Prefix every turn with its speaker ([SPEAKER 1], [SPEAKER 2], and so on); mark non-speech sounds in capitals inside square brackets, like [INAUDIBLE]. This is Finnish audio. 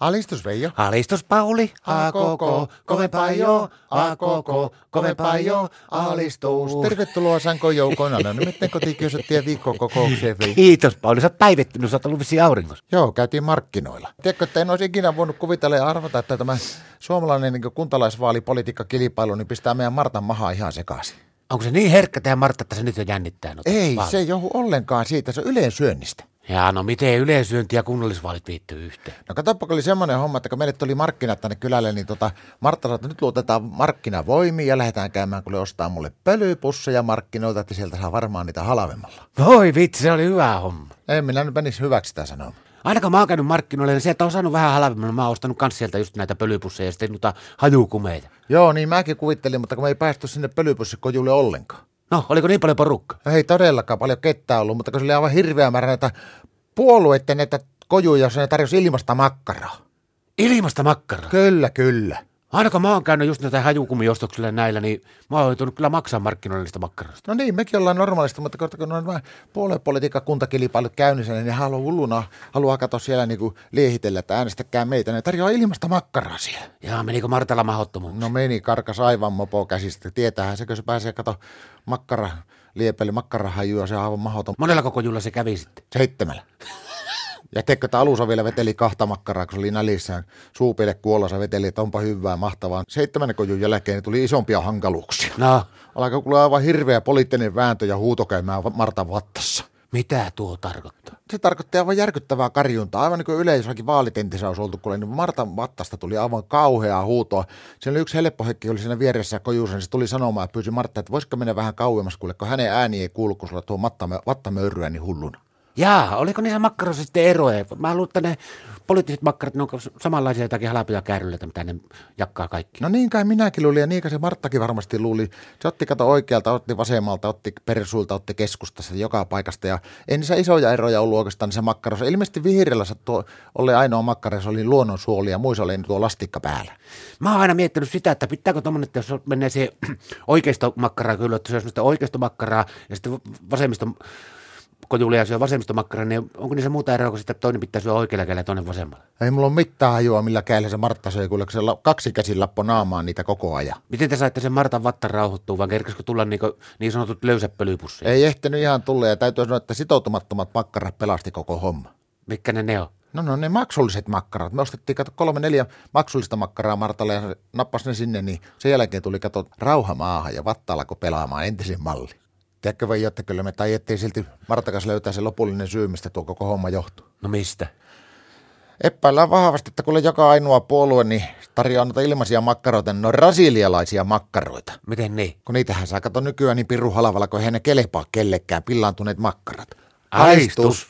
[SPEAKER 1] Alistus Veijo.
[SPEAKER 2] Alistus Pauli, a koko, kovempaa jo, a koko, kovempaa jo, alistus.
[SPEAKER 1] Tervetuloa Sanko Joukona. No nimittäin kotikysyttiin viikkokokoukseen Veijo.
[SPEAKER 2] Kiitos Pauli, sä oot päivettynyt, sä oot ollut vissiin auringossa.
[SPEAKER 1] Joo, käytiin markkinoilla. Tiedätkö, että en olisi ikinä voinut kuvitella ja arvata, että tämä suomalainen niin kuntalaisvaalipolitiikkakilpailu niin pistää meidän Martan mahaa ihan sekaisin.
[SPEAKER 2] Onko se niin herkkä tämä Martta, että se nyt jo jännittää noita
[SPEAKER 1] Ei,
[SPEAKER 2] vaaleja?
[SPEAKER 1] se ei johdu ollenkaan siitä, se on yleensyönnistä.
[SPEAKER 2] Jaa, no miten yleisyönti ja kunnallisvaalit liittyy yhteen?
[SPEAKER 1] No katsoppa, kun oli semmoinen homma, että kun meille tuli markkinat tänne kylälle, niin tota, Martta sanoi, että nyt luotetaan markkinavoimiin ja lähdetään käymään, kun ostaa mulle pölypusseja markkinoilta, että sieltä saa varmaan niitä halvemmalla.
[SPEAKER 2] Voi vitsi, se oli hyvä homma.
[SPEAKER 1] En minä nyt menisi hyväksi sitä sanoa.
[SPEAKER 2] Aina kun mä oon käynyt markkinoilla, niin sieltä on saanut vähän halvemmalla. Mä oon ostanut kans sieltä just näitä pölypusseja ja sitten noita hajukumeita.
[SPEAKER 1] Joo, niin mäkin kuvittelin, mutta kun me ei päästy sinne pölypussikojulle ollenkaan.
[SPEAKER 2] No, oliko niin paljon porukkaa?
[SPEAKER 1] No ei todellakaan paljon kettä ollut, mutta kun se oli aivan hirveä määrä näitä puolueiden näitä kojuja, jossa ne tarjosi ilmasta makkaraa.
[SPEAKER 2] Ilmasta makkaraa.
[SPEAKER 1] Kyllä, kyllä.
[SPEAKER 2] Aina kun mä oon käynyt just näitä hajukumiostoksille näillä, niin mä oon joutunut kyllä maksaa markkinoilla niistä makkaroista.
[SPEAKER 1] No niin, mekin ollaan normaalisti, mutta kohta kun on nämä puoluepolitiikka kuntakilpailut käynnissä, niin ne haluaa hulluna, haluaa katsoa siellä niinku liehitellä, että äänestäkää meitä. Ne tarjoaa ilmasta makkaraa siellä.
[SPEAKER 2] Jaa, menikö Martalla mahottomuun?
[SPEAKER 1] No meni karkas aivan mopo käsistä. Tietäähän se, kun se pääsee kato makkara liepeli, makkarahajua, se on aivan mahdoton.
[SPEAKER 2] Monella koko julla se kävi sitten.
[SPEAKER 1] [LAUGHS] Seitsemällä. Ja tekkö, että alussa vielä veteli kahta makkaraa, kun se oli nälissään. Suupille kuollossa veteli, että onpa hyvää, mahtavaa. Seitsemännen kojun jälkeen niin tuli isompia hankaluuksia.
[SPEAKER 2] No,
[SPEAKER 1] Alkoi kuulla aivan hirveä poliittinen vääntö ja huuto käymään va- Martan vattassa.
[SPEAKER 2] mitä tuo tarkoittaa?
[SPEAKER 1] Se tarkoitti aivan järkyttävää karjuntaa. Aivan niin kuin yleisökin vaalitentissä olisi oltu, kun niin Martan vattasta tuli aivan kauheaa huutoa. Siinä oli yksi helppohekki, oli siinä vieressä kojuussa, niin se tuli sanomaan ja pyysi Martta, että voisiko mennä vähän kauemmas, kuule, kun hänen ääni ei kuulu, kun sulla tuo mattame- vattamöyryä niin hulluna.
[SPEAKER 2] Jaa, oliko niissä makkaroissa sitten eroja? Mä luulen, että ne poliittiset makkarat, ne on samanlaisia jotakin halpoja kääryleitä, mitä ne jakkaa kaikki.
[SPEAKER 1] No niin kai minäkin luulin ja niin kai se Marttakin varmasti luuli. Se otti kato oikealta, otti vasemmalta, otti persuilta, otti keskustasta, joka paikasta. Ja ei niissä isoja eroja ollut oikeastaan niissä makkaroissa. Ilmeisesti vihreällä se tuo oli ainoa makkara, jossa oli luonnonsuoli ja muissa oli tuo lastikka päällä.
[SPEAKER 2] Mä oon aina miettinyt sitä, että pitääkö tommonen, että jos menee se [CLEARS THROAT] oikeistomakkaraa kyllä, että se on semmoista oikeistomakkaraa ja sitten vasemmisto kojulia syö vasemmistomakkaraa, niin onko niissä muuta eroa, kun sitten toinen pitää syödä oikealla kädellä ja toinen vasemmalla?
[SPEAKER 1] Ei mulla ole mitään hajua, millä käellä se Martta söi, kun se la- kaksi käsin lappo naamaan niitä koko ajan.
[SPEAKER 2] Miten te saitte sen Martan vattan rauhoittua, vai kerkesikö tulla niin, niin sanotut löysät pölypussit?
[SPEAKER 1] Ei ehtinyt ihan tulla ja täytyy sanoa, että sitoutumattomat makkarat pelasti koko homma.
[SPEAKER 2] Mitkä ne ne on?
[SPEAKER 1] No no ne maksulliset makkarat. Me ostettiin kato kolme neljä maksullista makkaraa Martalle ja se nappasi ne sinne, niin sen jälkeen tuli kato rauha maahan ja vatta alkoi pelaamaan entisen malli. Tiedätkö vai jotta kyllä me tajettiin silti Martakas löytää se lopullinen syy, mistä tuo koko homma johtuu.
[SPEAKER 2] No mistä?
[SPEAKER 1] Epäillään vahvasti, että kuule joka ainoa puolue niin tarjoaa noita ilmaisia makkaroita, niin ne on brasilialaisia makkaroita.
[SPEAKER 2] Miten niin?
[SPEAKER 1] Kun niitähän saa kato nykyään niin pirun halavalla, kun eihän ne kelepaa kellekään pillaantuneet makkarat.
[SPEAKER 2] Aistus.